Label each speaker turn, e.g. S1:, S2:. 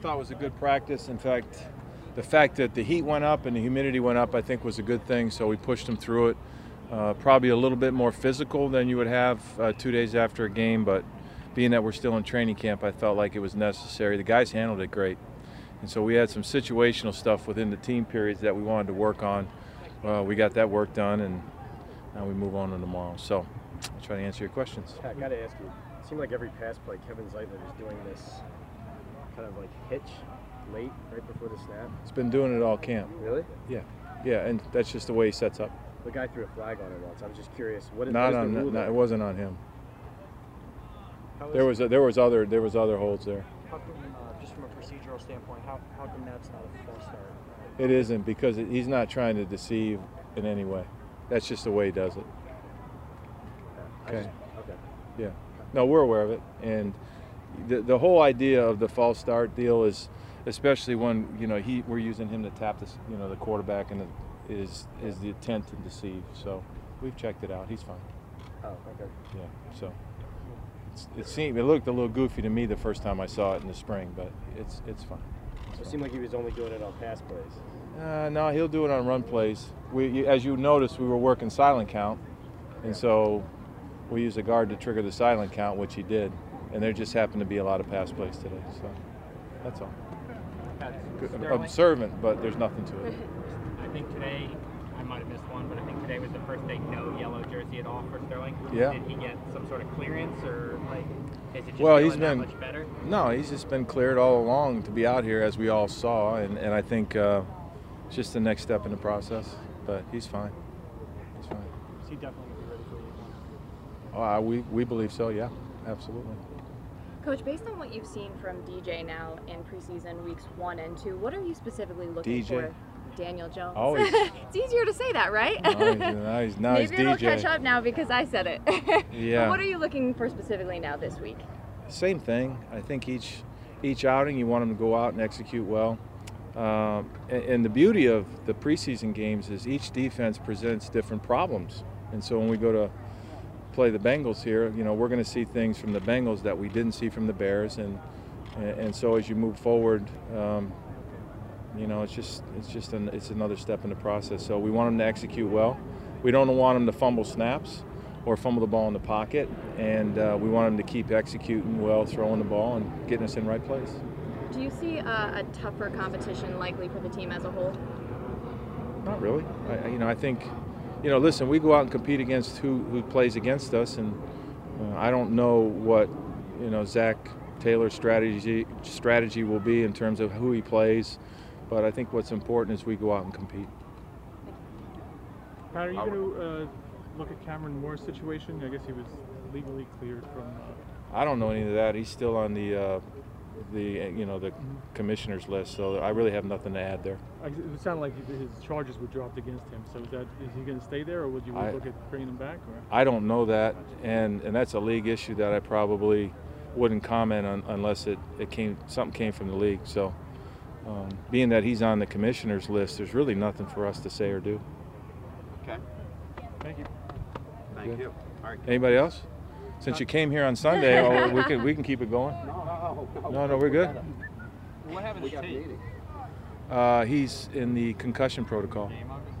S1: thought was a good practice. In fact, the fact that the heat went up and the humidity went up, I think, was a good thing. So we pushed them through it. Uh, probably a little bit more physical than you would have uh, two days after a game, but being that we're still in training camp, I felt like it was necessary. The guys handled it great. And so we had some situational stuff within the team periods that we wanted to work on. Uh, we got that work done, and now we move on to tomorrow. So I'll try to answer your questions.
S2: I gotta ask you. It seemed like every pass play, Kevin Zeitler was doing this kind of like hitch late, right before the snap.
S1: He's been doing it all camp.
S2: Really?
S1: Yeah. Yeah, and that's just the way he sets up.
S2: The guy threw a flag on him once. I was just curious. What is,
S1: Not
S2: what is
S1: on,
S2: the rule
S1: not,
S2: there?
S1: it wasn't on him.
S3: How is-
S1: There was there was other there was other holds there.
S3: how come, uh, just from a procedural standpoint, how, how come that's not a false start?
S1: It isn't because it, he's not trying to deceive in any way. That's just the way he does it.
S2: I just-
S1: Okay.
S2: okay.
S1: Yeah. No, we're aware of it, and the the whole idea of the false start deal is, especially when you know he we're using him to tap this you know the quarterback and the, is is the intent to deceive. So we've checked it out. He's fine.
S2: Oh, okay.
S1: Yeah. So it's, it seemed it looked a little goofy to me the first time I saw it in the spring, but it's it's fine.
S2: So it seemed like he was only doing it on pass plays.
S1: Uh, no, he'll do it on run plays. We, you- as you noticed, we were working silent count, and so we used a guard to trigger the silent count, which he did. And there just happened to be a lot of pass plays today, so that's all. Good- Um, Observant, but there's nothing to it.
S4: I think today, I might have missed one, but I think today was the first day no yellow jersey at all for Sterling.
S1: Yeah.
S4: Did he get some sort of clearance or like, is it just
S1: Well,
S4: feeling
S1: he's
S4: that
S1: been-
S4: much better?
S1: No, he's just been cleared all along to be out here, as we all saw, and, and I think uh, it's just the next step in the process. But he's fine. He's fine.
S3: Is he definitely going to be ready for week one?
S1: Oh, I, we, we believe so, yeah, absolutely.
S5: Coach, based on what you've seen from DJ now in preseason weeks one and two, what are you specifically looking
S1: DJ?
S5: for? Daniel Jones.
S1: Always.
S5: it's easier to say that, right?
S1: Now he's, now he's, now he's
S5: Maybe it'll
S1: DJ.
S5: catch up now because I said it.
S1: Yeah.
S5: But what are you looking for specifically now this week?
S1: same thing. I think each each outing you want them to go out and execute well. Um, and, and the beauty of the preseason games is each defense presents different problems. And so when we go to play the Bengals here, you know we're going to see things from the Bengals that we didn't see from the Bears. And and, and so as you move forward, um, you know it's just it's just an, it's another step in the process. So we want them to execute well. We don't want them to fumble snaps or fumble the ball in the pocket, and uh, we want them to keep executing well, throwing the ball, and getting us in right place.
S5: Do you see uh, a tougher competition likely for the team as a whole?
S1: Not really. I, I- you know, I think, you know, listen, we go out and compete against who who plays against us, and uh, I don't know what you know Zach Taylor's strategy strategy will be in terms of who he plays, but I think what's important is we go out and compete.
S6: Pat, are you going to uh, look at Cameron Moore's situation? I guess he was legally cleared from. Uh,
S1: I don't know any of that. He's still on the uh, the uh, you know the commissioners list, so I really have nothing to add there.
S6: I- it sounded like his charges were dropped against him. So is that is he going to stay there, or would you
S1: I-
S6: look at bringing him back? Or?
S1: I don't know that, and and that's a league issue that I probably wouldn't comment on unless it, it came something came from the league. So, um, being that he's on the commissioners list, there's really nothing for us to say or do.
S7: Okay,
S6: Thank you.
S7: thank
S1: Good.
S7: you. All right.
S1: Anybody else? Since you came here on Sunday, oh, we can we can keep it going.
S7: No, no,
S1: No, no, we're good.
S4: What happened
S7: We got a meeting.
S1: Uh, he's in the concussion protocol.
S4: Game, obviously.